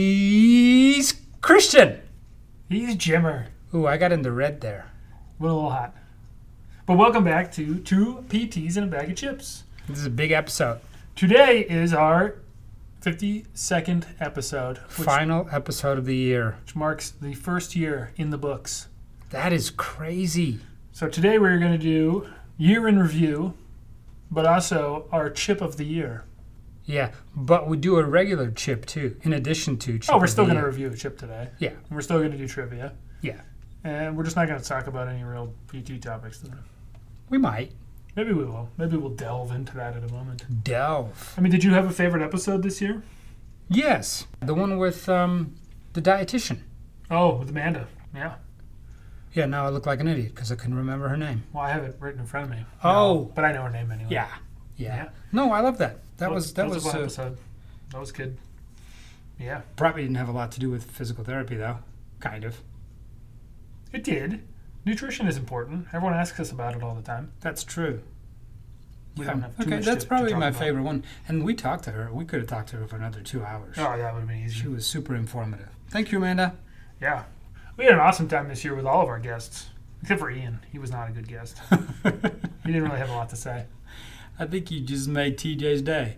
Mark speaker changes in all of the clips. Speaker 1: He's Christian.
Speaker 2: He's Jimmer.
Speaker 1: Ooh, I got into red there.
Speaker 2: We're a little hot. But welcome back to Two PTs and a Bag of Chips.
Speaker 1: This is a big episode.
Speaker 2: Today is our 52nd episode, which,
Speaker 1: Final episode of the year.
Speaker 2: which marks the first year in the books.
Speaker 1: That is crazy.
Speaker 2: So today we're going to do year in review, but also our chip of the year.
Speaker 1: Yeah, but we do a regular chip too, in addition to chip.
Speaker 2: oh, we're
Speaker 1: of
Speaker 2: still
Speaker 1: the
Speaker 2: going to
Speaker 1: Year.
Speaker 2: review a chip today.
Speaker 1: Yeah.
Speaker 2: And we're still going to do trivia.
Speaker 1: Yeah.
Speaker 2: And we're just not going to talk about any real PT topics today.
Speaker 1: We might
Speaker 2: Maybe we will. Maybe we'll delve into that at a moment.
Speaker 1: delve.
Speaker 2: I mean, did you have a favorite episode this year?
Speaker 1: Yes, the one with um, the dietitian.
Speaker 2: Oh, with Amanda. Yeah.
Speaker 1: Yeah, now I look like an idiot because I couldn't remember her name.
Speaker 2: Well, I have it written in front of me.
Speaker 1: Oh.
Speaker 2: but I know her name anyway.
Speaker 1: Yeah.
Speaker 2: Yeah.
Speaker 1: No, I love that. That was that, was,
Speaker 2: a fun
Speaker 1: uh,
Speaker 2: episode. That was good. Yeah,
Speaker 1: probably didn't have a lot to do with physical therapy though. Kind of.
Speaker 2: it did. Nutrition is important. Everyone asks us about it all the time.
Speaker 1: That's true.
Speaker 2: We don't have too
Speaker 1: okay,
Speaker 2: much
Speaker 1: that's
Speaker 2: to- to
Speaker 1: probably
Speaker 2: talk
Speaker 1: my
Speaker 2: about.
Speaker 1: favorite one. And we talked to her. We could have talked to her for another two hours.
Speaker 2: Oh, that would have been
Speaker 1: She
Speaker 2: easy.
Speaker 1: was super informative. Thank you, Amanda.
Speaker 2: Yeah, we had an awesome time this year with all of our guests, except for Ian. He was not a good guest.
Speaker 1: I
Speaker 2: He didn't really have a lot to say.
Speaker 1: think you just made TJ's day.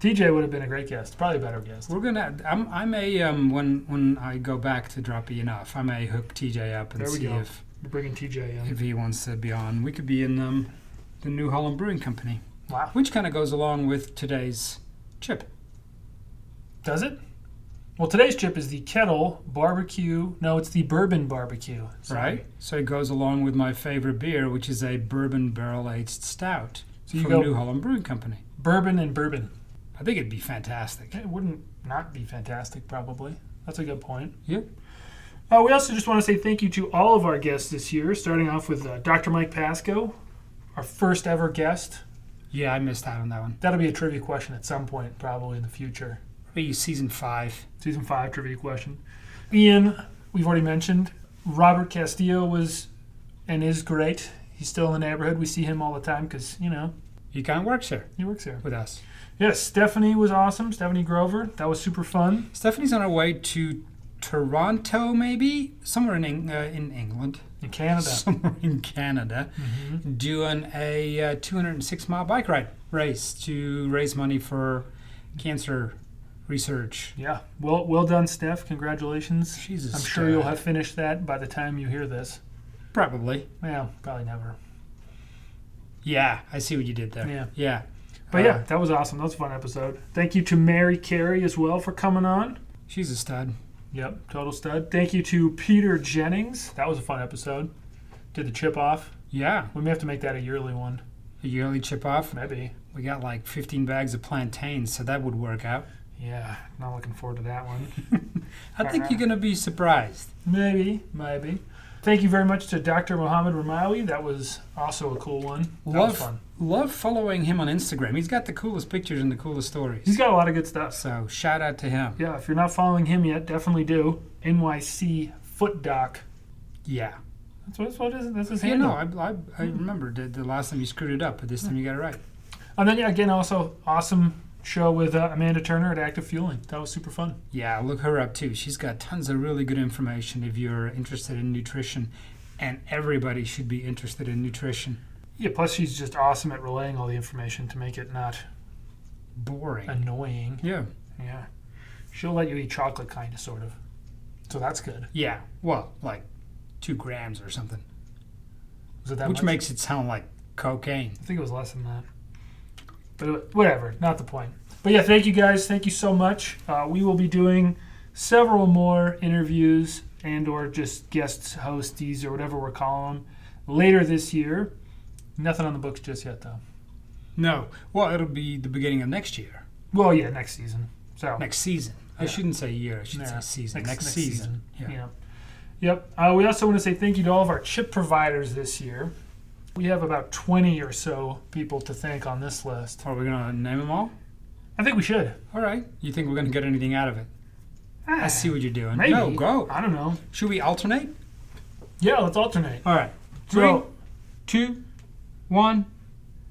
Speaker 2: TJ would have been a great guest, probably a better guest.
Speaker 1: We're gonna. I'm. I may. Um. When when I go back to drop Ian off, I may hook TJ up and
Speaker 2: There we
Speaker 1: see
Speaker 2: go.
Speaker 1: if
Speaker 2: We're bringing TJ in.
Speaker 1: if he wants to be on. We could be in um, the New Holland Brewing Company,
Speaker 2: Wow,
Speaker 1: which kind of goes along with today's chip.
Speaker 2: does it? Well, today's chip is the kettle barbecue. No, it's the bourbon barbecue. Sorry.
Speaker 1: Right. So it goes along with my favorite beer, which is a bourbon barrel aged stout
Speaker 2: So you
Speaker 1: from
Speaker 2: go-
Speaker 1: New Holland Brewing Company.
Speaker 2: Bourbon and bourbon.
Speaker 1: I think it'd be fantastic.
Speaker 2: It wouldn't not be fantastic, probably. That's a good point.
Speaker 1: Yep.
Speaker 2: Uh, we also just want to say thank you to all of our guests this year, starting off with uh, Dr. Mike Pasco, our first ever guest.
Speaker 1: Yeah, I missed out on that one.
Speaker 2: That'll be a trivia question at some point, probably in the future.
Speaker 1: Be season five.
Speaker 2: Season 5 trivia question. Ian, we've already mentioned. Robert Castillo was and is great. He's still in the neighborhood. We see him all the time because, you know,
Speaker 1: He kind of works here
Speaker 2: he works there.
Speaker 1: with us.
Speaker 2: Yes, Stephanie was awesome. Stephanie Grover. That was super fun.
Speaker 1: Stephanie's on her way to Toronto, maybe somewhere in Eng- uh, in England,
Speaker 2: In Canada.
Speaker 1: somewhere in Canada,
Speaker 2: Mhm.
Speaker 1: doing a uh, 206 mile bike ride race to raise money for cancer research.
Speaker 2: Yeah. Well, well done, Steph. Congratulations.
Speaker 1: She's a
Speaker 2: I'm sure you'll
Speaker 1: stud.
Speaker 2: have finished that by the time you hear this.
Speaker 1: probably.
Speaker 2: Well, probably never.
Speaker 1: Yeah, I see what you did there.
Speaker 2: Yeah.
Speaker 1: Yeah.
Speaker 2: But
Speaker 1: Uh,
Speaker 2: yeah, that was awesome. That was a fun episode. Thank you to Mary Carey as well for coming on.
Speaker 1: she's a stud.
Speaker 2: Yep, total stud. Thank you to Peter Jennings. That was a fun episode. Did the chip off.
Speaker 1: Yeah,
Speaker 2: We may have to make that a yearly one.
Speaker 1: a yearly chip off.
Speaker 2: Maybe.
Speaker 1: We got like 15 bags of plantains, so that would work out.
Speaker 2: Yeah, not looking forward to that one.
Speaker 1: I think you're going to be surprised.
Speaker 2: Maybe, maybe. Thank you very much to Dr. Mohammed Ramawi. That was also a cool one. That
Speaker 1: Love,
Speaker 2: was fun.
Speaker 1: love following him on Instagram. He's got the coolest pictures and the coolest stories.
Speaker 2: He's got a lot of good stuff.
Speaker 1: so shout out to him.
Speaker 2: Yeah, if you're not following him yet, definitely do. NYC Foot Doc.
Speaker 1: Yeah.
Speaker 2: That's what, that's what it is. That's his
Speaker 1: You
Speaker 2: handle.
Speaker 1: know, I, I, I
Speaker 2: Hmm.
Speaker 1: remember the, the last time you screwed it up, but this time you got it right.
Speaker 2: And then yeah, again, also awesome show with uh, Amanda Turner at Active Fueling. That was super fun.
Speaker 1: Yeah, look her up too. She's got tons of really good information if you're interested in nutrition, and everybody should be interested in nutrition.
Speaker 2: Yeah, plus she's just awesome at relaying all the information to make it not
Speaker 1: Boring.
Speaker 2: annoying.
Speaker 1: yeah.
Speaker 2: Yeah. She'll let you eat chocolate, kind of, sort of. So that's good.
Speaker 1: Yeah. Well, like two grams or something,
Speaker 2: Was it that
Speaker 1: which
Speaker 2: much?
Speaker 1: makes it sound like cocaine.
Speaker 2: I think it was less than that. But it- whatever, not the point. But yeah, thank you guys. Thank you so much. Uh, we will be doing several more interviews and or just guests, hosties, or whatever we're calling them later this year. Nothing on the books just yet, though.
Speaker 1: No. Well, it'll be the beginning of next year,
Speaker 2: Well, yeah, next season. So
Speaker 1: next season. I
Speaker 2: Yeah.
Speaker 1: shouldn't say year. I should
Speaker 2: Yeah.
Speaker 1: say season. Next, season.
Speaker 2: Yeah.
Speaker 1: Yeah.
Speaker 2: Yep. Uh, we also want to say thank you to all of our chip providers this year. We have about 20 or so people to thank on this list.
Speaker 1: Are we gonna name them all?
Speaker 2: I think we should.
Speaker 1: All right. You think we're gonna get anything out of it? I see what you're doing.
Speaker 2: Maybe.
Speaker 1: No, Ah. go.
Speaker 2: I don't know.
Speaker 1: Should we alternate?
Speaker 2: Yeah, let's alternate.
Speaker 1: All right. Three,
Speaker 2: So,
Speaker 1: two, one,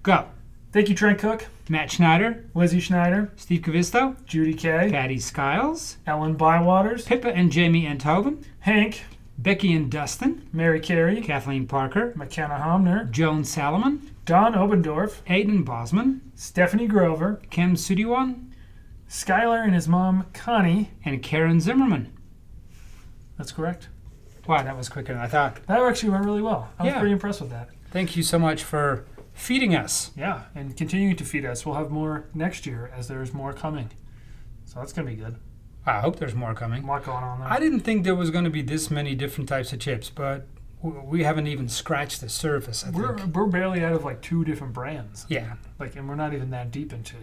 Speaker 1: go.
Speaker 2: thank you, Trent Cook.
Speaker 1: Matt Schneider,
Speaker 2: Lizzie Schneider,
Speaker 1: Steve Cavisto,
Speaker 2: Judy Kay,
Speaker 1: Patty Skiles,
Speaker 2: Ellen Bywaters,
Speaker 1: Pippa and Jamie Antoven,
Speaker 2: Hank,
Speaker 1: Becky and Dustin,
Speaker 2: Mary Carey,
Speaker 1: Kathleen Parker,
Speaker 2: McKenna Homner,
Speaker 1: Joan Salomon,
Speaker 2: Don Obendorf,
Speaker 1: Aidan Bosman,
Speaker 2: Stephanie Grover,
Speaker 1: Kim Sudiwan,
Speaker 2: Skylar and his mom Connie.
Speaker 1: and Karen Zimmerman.
Speaker 2: That's correct.
Speaker 1: Wow, that was quicker than I thought.
Speaker 2: That actually went really well. I was
Speaker 1: Yeah.
Speaker 2: pretty impressed with that.
Speaker 1: Thank you so much for feeding us.
Speaker 2: Yeah, and continuing to feed us. We'll have more next year as there's more coming. So that's gonna be good.
Speaker 1: I hope there's more coming.
Speaker 2: lot going on there.
Speaker 1: I didn't think there was going to be this many different types of chips, but w- we haven't even scratched the surface. I
Speaker 2: we're
Speaker 1: think.
Speaker 2: we're barely out of like two different brands.
Speaker 1: Yeah,
Speaker 2: Like, and we're not even that deep into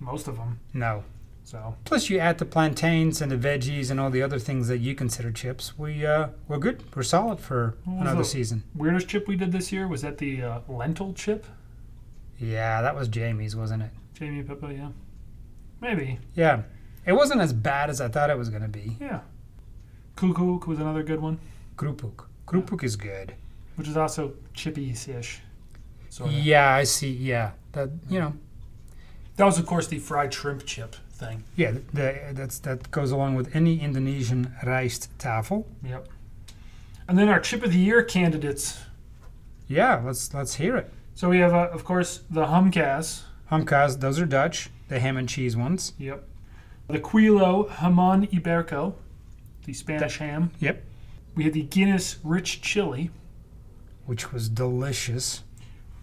Speaker 2: most of them.
Speaker 1: no.
Speaker 2: So
Speaker 1: Plus, you add the plantains and the veggies and all the other things that you consider chips. We uh, we're good. We're solid for
Speaker 2: What was
Speaker 1: another
Speaker 2: the-
Speaker 1: season.
Speaker 2: weirdest chip we did this year was that the uh, lentil chip.
Speaker 1: Yeah, that was Jamie's, wasn't it?
Speaker 2: Jamie and Pippa, yeah. Maybe,
Speaker 1: Yeah, it wasn't as bad as I thought it was going to be.
Speaker 2: yeah. Kuku was another good one,
Speaker 1: Krupuk. Krupuk is good.
Speaker 2: which is also chippy-ish. So
Speaker 1: Yeah, I see. Yeah, that you know.
Speaker 2: that was, of course, the fried shrimp chip thing.
Speaker 1: Yeah, th- the, that's that goes along with any Indonesian rijst tafel.
Speaker 2: Yep. And then our chip of the year candidates.
Speaker 1: Yeah, let's let's hear it.
Speaker 2: So we have, uh, of course, the humkas.
Speaker 1: Hamkas, those are Dutch, the ham and cheese ones.
Speaker 2: Yep. The Quilo Hamon Iberico, the Spanish ham.
Speaker 1: Yep.
Speaker 2: We had the Guinness Rich Chili.
Speaker 1: Which was delicious.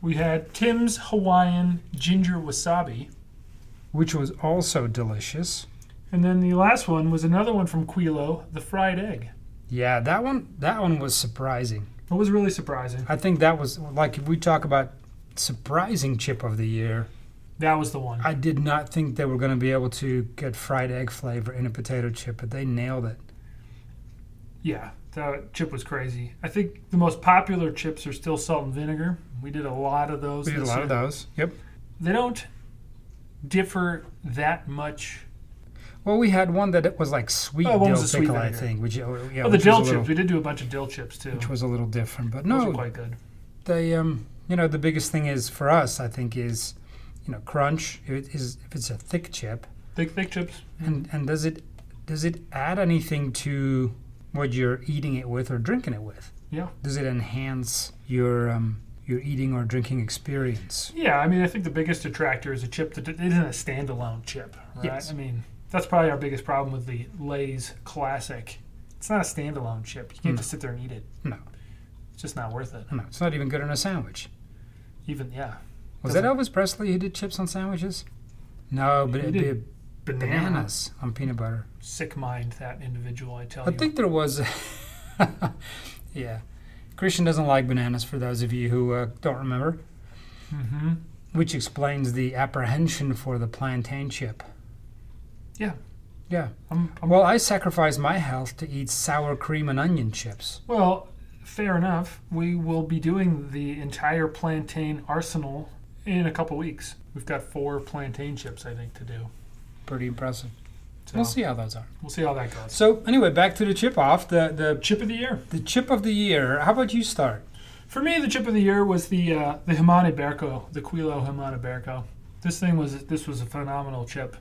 Speaker 2: We had Tim's Hawaiian Ginger Wasabi.
Speaker 1: Which was also delicious.
Speaker 2: And then the last one was another one from Quilo, the fried egg.
Speaker 1: Yeah, that one that one was surprising.
Speaker 2: It was really surprising.
Speaker 1: I think that was like if we talk about surprising chip of the year,
Speaker 2: That was the one.
Speaker 1: I did not think they were going to be able to get fried egg flavor in a potato chip, but they nailed it.
Speaker 2: Yeah, that chip was crazy. I think the most popular chips are still salt and vinegar. We did a lot of those.
Speaker 1: We did a
Speaker 2: this
Speaker 1: lot of
Speaker 2: year.
Speaker 1: those. Yep.
Speaker 2: They don't differ that much.
Speaker 1: Well, we had one that it was like sweet
Speaker 2: Oh, one
Speaker 1: dill
Speaker 2: was a sweet
Speaker 1: pickle, I
Speaker 2: vinegar.
Speaker 1: think. Which, oh, yeah,
Speaker 2: Oh, the
Speaker 1: which was
Speaker 2: dill
Speaker 1: a
Speaker 2: chips.
Speaker 1: little-
Speaker 2: we did do a bunch of dill chips too.
Speaker 1: which was a little different. But
Speaker 2: Those were
Speaker 1: no,
Speaker 2: quite good.
Speaker 1: they, um, you know, the biggest thing is for us, I think, is you know, crunch. If it is if it's a thick chip,
Speaker 2: Thick, thick chips.
Speaker 1: and and does it does it add anything to what you're eating it with or drinking it with?
Speaker 2: Yeah.
Speaker 1: Does it enhance your um, your eating or drinking experience?
Speaker 2: Yeah, I mean, I think the biggest detractor is a chip that it isn't a standalone chip, right?
Speaker 1: Yes.
Speaker 2: I mean, that's probably our biggest problem with the Lay's Classic. It's not a standalone chip. You can't
Speaker 1: Mm.
Speaker 2: just sit there and eat it.
Speaker 1: No.
Speaker 2: It's just not worth it.
Speaker 1: No, it's not even good on a sandwich.
Speaker 2: Even, yeah.
Speaker 1: Was that Elvis Presley who did chips on sandwiches? No, but
Speaker 2: He
Speaker 1: it'd be
Speaker 2: did Banana.
Speaker 1: bananas on peanut butter.
Speaker 2: Sick mind, that individual, I tell
Speaker 1: I
Speaker 2: you.
Speaker 1: think there was. yeah. Christian doesn't like bananas, for those of you who uh, don't remember,
Speaker 2: hmm
Speaker 1: which explains the apprehension for the plantain chip.
Speaker 2: Yeah.
Speaker 1: Yeah.
Speaker 2: I'm, I'm,
Speaker 1: Well, I sacrificed my health to eat sour cream and onion chips.
Speaker 2: well, fair enough. We will be doing the entire plantain arsenal in a couple weeks. We've got four plantain chips, I think, to do.
Speaker 1: Pretty impressive.
Speaker 2: So
Speaker 1: We'll see how those are.
Speaker 2: We'll see how that goes.
Speaker 1: So, anyway, back to the chip off. The, the,
Speaker 2: Chip of the year.
Speaker 1: the chip of the year. How about you start?
Speaker 2: For me, the chip of the year was the uh, the Hamana Berco, the Quilo Hamana Berco. This thing was this was a phenomenal chip.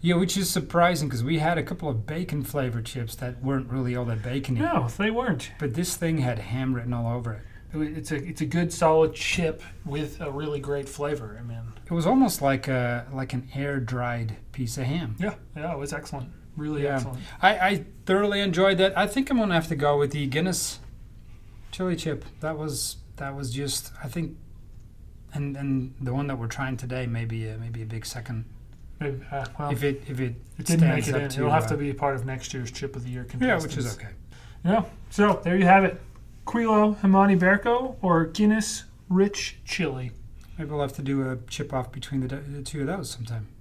Speaker 1: Yeah, which is surprising because we had a couple of bacon flavored chips that weren't really all that bacony.
Speaker 2: No, they weren't.
Speaker 1: But this thing had ham written all over it.
Speaker 2: It wa- It's a it's a good solid chip with a really great flavor. I mean,
Speaker 1: It was almost like a like an air dried piece of ham.
Speaker 2: yeah, yeah, it was excellent, really
Speaker 1: Yeah.
Speaker 2: excellent.
Speaker 1: I, I thoroughly enjoyed that. I think I'm gonna have to go with the Guinness chili chip. That was that was just I think, and and the one that we're trying today maybe a, maybe a big second
Speaker 2: Maybe, uh, well,
Speaker 1: if it if it,
Speaker 2: it didn't make
Speaker 1: stands
Speaker 2: it
Speaker 1: up
Speaker 2: in.
Speaker 1: to,
Speaker 2: It'll have to
Speaker 1: uh,
Speaker 2: be part of next year's chip of the year
Speaker 1: yeah,
Speaker 2: contestants.
Speaker 1: which is okay.
Speaker 2: Yeah. So there you have it, Quilo Hamani Berco or Guinness Rich Chili.
Speaker 1: Maybe we'll have to do a chip off between the, d- the two of those sometime.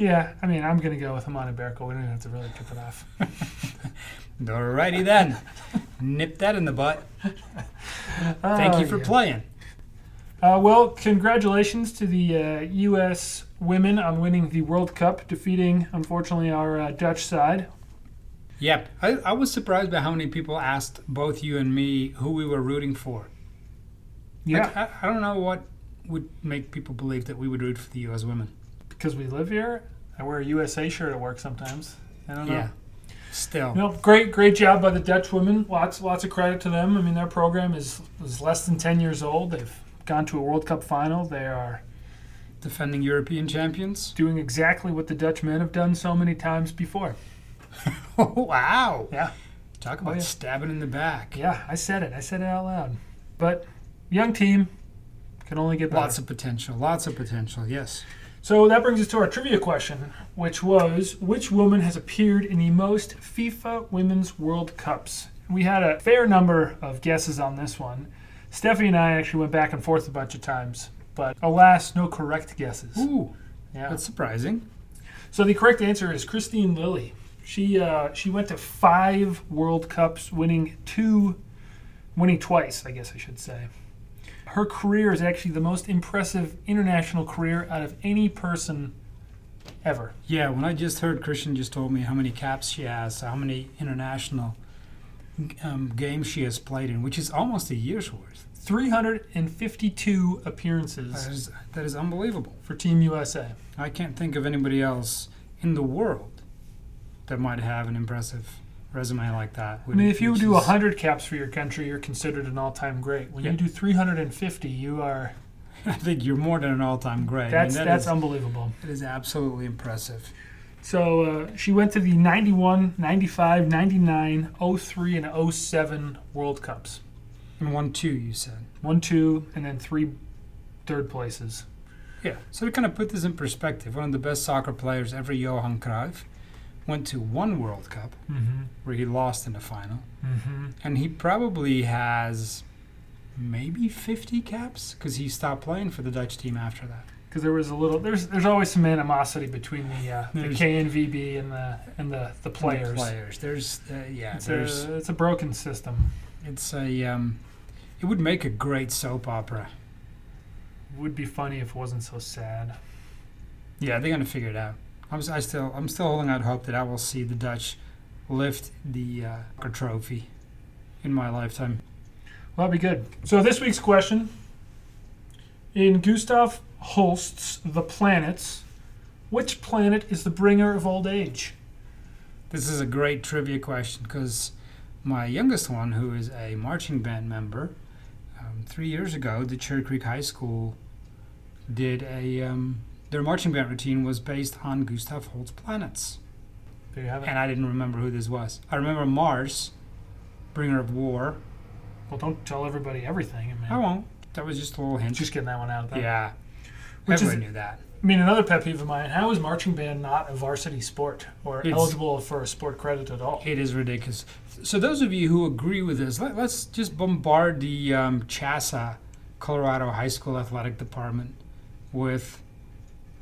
Speaker 2: Yeah, I mean, I'm gonna go with Hamani Berco. We don't even have to really tip it off.
Speaker 1: Alrighty then, nip that in the butt. Thank you
Speaker 2: Oh,
Speaker 1: for
Speaker 2: yeah.
Speaker 1: playing.
Speaker 2: Uh, well, congratulations to the uh, U.S. women on winning the World Cup, defeating, unfortunately, our uh, Dutch side.
Speaker 1: Yep. I, I was surprised by how many people asked both you and me who we were rooting for. Like, I, I don't know what would make people believe that we would root for the U.S. women.
Speaker 2: because we live here. I wear a USA shirt at work sometimes. I don't know.
Speaker 1: Yeah. Still.
Speaker 2: No, great, great job by the Dutch women. Lots, lots of credit to them. I mean, their program is is less than ten years old. They've gone to a World Cup final. They are
Speaker 1: Defending European champions.
Speaker 2: doing exactly what the Dutch men have done so many times before.
Speaker 1: wow. Oh,
Speaker 2: Yeah.
Speaker 1: Talk about
Speaker 2: yeah.
Speaker 1: stabbing in the back.
Speaker 2: Yeah, I said it. I said it out loud. But young team can only get better.
Speaker 1: Lots of potential. Lots of potential. Yes.
Speaker 2: So that brings us to our trivia question, which was which woman has appeared in the most FIFA Women's World Cups? We had a fair number of guesses on this one. Stephanie and I actually went back and forth a bunch of times, but alas, no correct guesses.
Speaker 1: Ooh,
Speaker 2: Yeah.
Speaker 1: that's surprising.
Speaker 2: So the correct answer is Christine Lilly. She uh, she went to five World Cups, winning two, winning twice, I guess I should say. Her career is actually the most impressive international career out of any person ever.
Speaker 1: Yeah, when I just heard Christian just told me how many caps she has, how many international um, games she has played in, which is almost a year's worth.
Speaker 2: 352 appearances
Speaker 1: That is, that is unbelievable.
Speaker 2: for Team USA.
Speaker 1: I can't think of anybody else in the world that might have an impressive resume like that.
Speaker 2: I mean, if you
Speaker 1: which
Speaker 2: do
Speaker 1: is-
Speaker 2: 100 caps for your country, you're considered an all-time great. When
Speaker 1: Yeah.
Speaker 2: you do 350, you are
Speaker 1: I think you're more than an all-time great.
Speaker 2: that's
Speaker 1: I mean, that
Speaker 2: that's
Speaker 1: is-
Speaker 2: unbelievable.
Speaker 1: that is absolutely impressive.
Speaker 2: So uh, she went to the 91, 95, 99, 03, and 07 World Cups.
Speaker 1: And one, two, you said.
Speaker 2: One, two, and then three third places.
Speaker 1: Yeah. So to kind of put this in perspective, one of the best soccer players ever, Johan Cruyff, went to one World Cup
Speaker 2: Mm-hmm.
Speaker 1: where he lost in the final,
Speaker 2: Mm-hmm.
Speaker 1: and he probably has maybe 50 caps because he stopped playing for the Dutch team after that.
Speaker 2: Because there was a little, there's there's always some animosity between the uh, the
Speaker 1: There's-
Speaker 2: KNVB and the and the the
Speaker 1: And the
Speaker 2: players.
Speaker 1: players. There's uh, yeah.
Speaker 2: It's
Speaker 1: there's
Speaker 2: a it's a broken system.
Speaker 1: it's a um, it would make a great soap opera.
Speaker 2: would be funny if it wasn't so sad.
Speaker 1: Yeah, they're gonna figure it out. I'm s- I still I'm still holding out hope that I will see the Dutch lift the uh, soccer trophy in my lifetime.
Speaker 2: Well, that'd be good. So this week's question: In Gustav Holst's *The Planets*, which planet is the bringer of old age?
Speaker 1: This is a great trivia question because my youngest one, who is a marching band member, um, three years ago, the Cherry Creek High School did a um, their marching band routine was based on Gustav Holst's planets,
Speaker 2: There you have it.
Speaker 1: and I didn't remember who this was. I remember Mars, bringer of war.
Speaker 2: Well, don't tell everybody everything. I
Speaker 1: I
Speaker 2: mean,
Speaker 1: won't. That was just a little hint.
Speaker 2: just getting that one out of that.
Speaker 1: yeah,
Speaker 2: Which is,
Speaker 1: everyone knew that.
Speaker 2: I mean, another pet peeve of mine: How is marching band not a varsity sport or
Speaker 1: It's-
Speaker 2: eligible for a sport credit at all?
Speaker 1: It is ridiculous. So those of you who agree with this, let, let's just bombard the um, Chassa, Colorado High School athletic department with,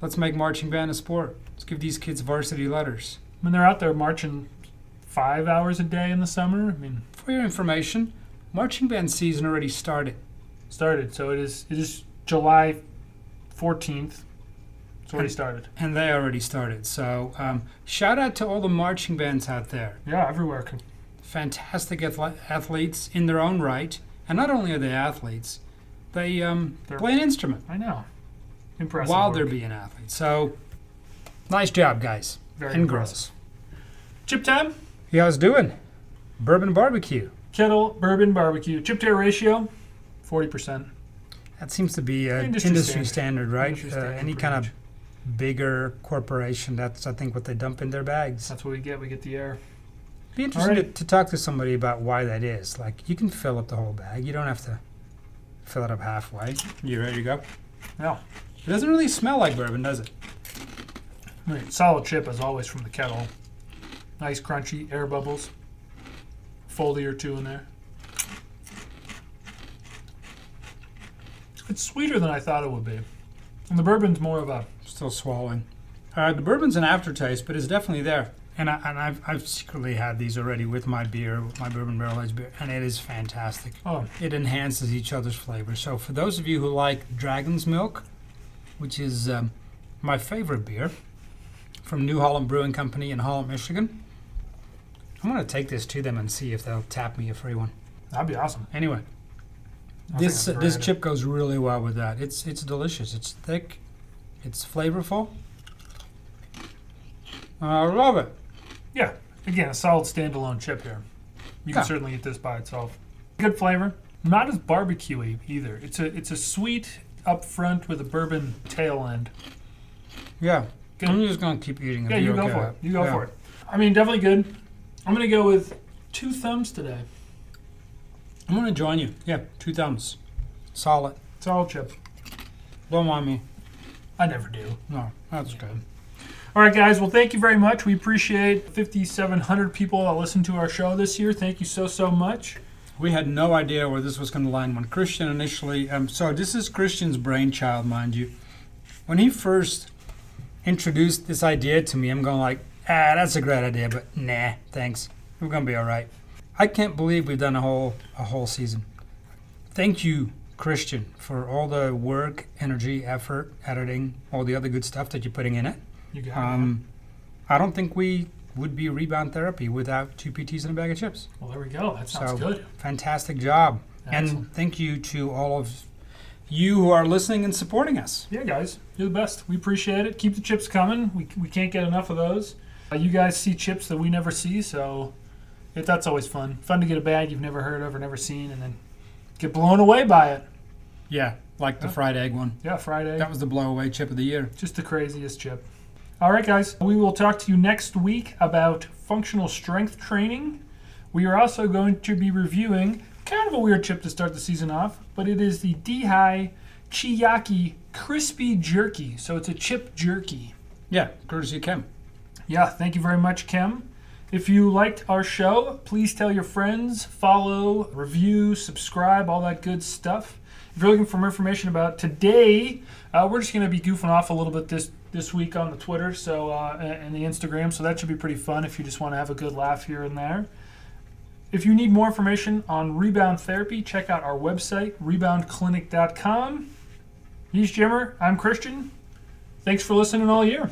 Speaker 1: let's make marching band a sport. Let's give these kids varsity letters.
Speaker 2: When they're out there marching five hours a day in the summer, I mean,
Speaker 1: For your information, marching band season already started.
Speaker 2: started. So it is. It is July fourteenth. It's already
Speaker 1: And-
Speaker 2: started.
Speaker 1: And they already started. So um, shout out to all the marching bands out there.
Speaker 2: Yeah, everywhere. Con-
Speaker 1: Fantastic athle- athletes in their own right. And not only are they athletes, they um,
Speaker 2: They're-
Speaker 1: play an instrument.
Speaker 2: I know. Impressive.
Speaker 1: while
Speaker 2: work.
Speaker 1: they're being athletes. So, nice job, guys
Speaker 2: Very
Speaker 1: and
Speaker 2: impressive.
Speaker 1: girls.
Speaker 2: Chip time,
Speaker 1: You guys doing? Bourbon barbecue.
Speaker 2: kettle, bourbon, barbecue. Chip to air ratio, 40%.
Speaker 1: That seems to be an
Speaker 2: Industry
Speaker 1: industry,
Speaker 2: standard.
Speaker 1: standard. right?
Speaker 2: Industry
Speaker 1: Uh,
Speaker 2: standard,
Speaker 1: any
Speaker 2: pretty
Speaker 1: kind
Speaker 2: much.
Speaker 1: of bigger corporation. That's I think what they dump in their bags.
Speaker 2: That's what we get. We get the air.
Speaker 1: Be interesting to,
Speaker 2: Alrighty.
Speaker 1: to talk to somebody about why that is. Like you can fill up the whole bag. You don't have to fill it up halfway. You ready to go?
Speaker 2: Yeah.
Speaker 1: It doesn't really smell like bourbon, does it?
Speaker 2: Right. Solid chip, as always, from the kettle. Nice, crunchy air bubbles. Foldy or two in there. It's sweeter than I thought it would be. And the bourbon's more of a.
Speaker 1: Still swallowing. Uh, the bourbon's an aftertaste, but it's definitely there. And, I, and I've, I've secretly had these already with my beer, with my bourbon barrel aged beer, and it is fantastic.
Speaker 2: Oh,
Speaker 1: It enhances each other's flavor. So for those of you who like Dragon's Milk, which is um, my favorite beer from New Holland Brewing Company in Holland, Michigan, I'm going to take this to them and see if they'll tap me a free one.
Speaker 2: that'd be awesome.
Speaker 1: Anyway,
Speaker 2: I think
Speaker 1: This
Speaker 2: I've
Speaker 1: this
Speaker 2: tried it.
Speaker 1: chip goes really well with that. It's it's delicious. It's thick, it's flavorful. I love it.
Speaker 2: Again, a solid standalone chip here. You
Speaker 1: Yeah.
Speaker 2: can certainly eat this by itself. Good flavor. Not as barbecuey either. It's a it's a sweet up front with a bourbon tail end.
Speaker 1: Yeah,
Speaker 2: Good.
Speaker 1: I'm just gonna keep eating. if
Speaker 2: Yeah, you
Speaker 1: you're
Speaker 2: go
Speaker 1: okay.
Speaker 2: for it. You go
Speaker 1: Yeah.
Speaker 2: for it. I mean, definitely good. I'm gonna go with two thumbs today.
Speaker 1: I'm gonna join you. Yeah, two thumbs, solid.
Speaker 2: Solid chip.
Speaker 1: Don't mind me.
Speaker 2: I never do.
Speaker 1: No, that's good.
Speaker 2: All right, guys. Well, thank you very much. We appreciate 5,700 people that listened to our show this year. Thank you so so much.
Speaker 1: We had no idea where this was going to land when Christian initially. Um, so this is Christian's brainchild, mind you. When he first introduced this idea to me, I'm going like, ah, that's a great idea, but nah, thanks. We're going to be all right. I can't believe we've done a whole a whole season. Thank you, Christian, for all the work, energy, effort, editing, all the other good stuff that you're putting in it.
Speaker 2: You got it.
Speaker 1: Um, I don't think we would be rebound therapy without two PTs and a bag of chips
Speaker 2: Well, there we go. That sounds
Speaker 1: so-
Speaker 2: good.
Speaker 1: fantastic job.
Speaker 2: Excellent.
Speaker 1: And thank you to all of you who are listening and supporting us.
Speaker 2: Yeah, guys, you're the best. We appreciate it. Keep the chips coming. We, we can't get enough of those. Uh, you guys see chips that we never see, so it, that's always fun. Fun to get a bag you've never heard of or never seen, and then get blown away by it.
Speaker 1: Yeah, like the
Speaker 2: Yeah.
Speaker 1: fried egg one.
Speaker 2: Yeah, Friday.
Speaker 1: That was the blowaway chip of the year.
Speaker 2: Just the craziest chip. All right, guys, we will talk to you next week about functional strength training. We are also going to be reviewing kind of a weird chip to start the season off, but it is the Dehigh Chiyaki Crispy Jerky. So it's a chip jerky.
Speaker 1: Yeah, courtesy of Kim.
Speaker 2: Yeah, thank you very much, Kim. If you liked our show, please tell your friends, follow, review, subscribe, all that good stuff. If you're looking for more information about today, uh, we're just going to be goofing off a little bit this this week on the Twitter, so uh, and the Instagram. So that should be pretty fun if you just want to have a good laugh here and there. If you need more information on rebound therapy, check out our website reboundclinic.com. He's Jimmer. I'm Christian. Thanks for listening all year.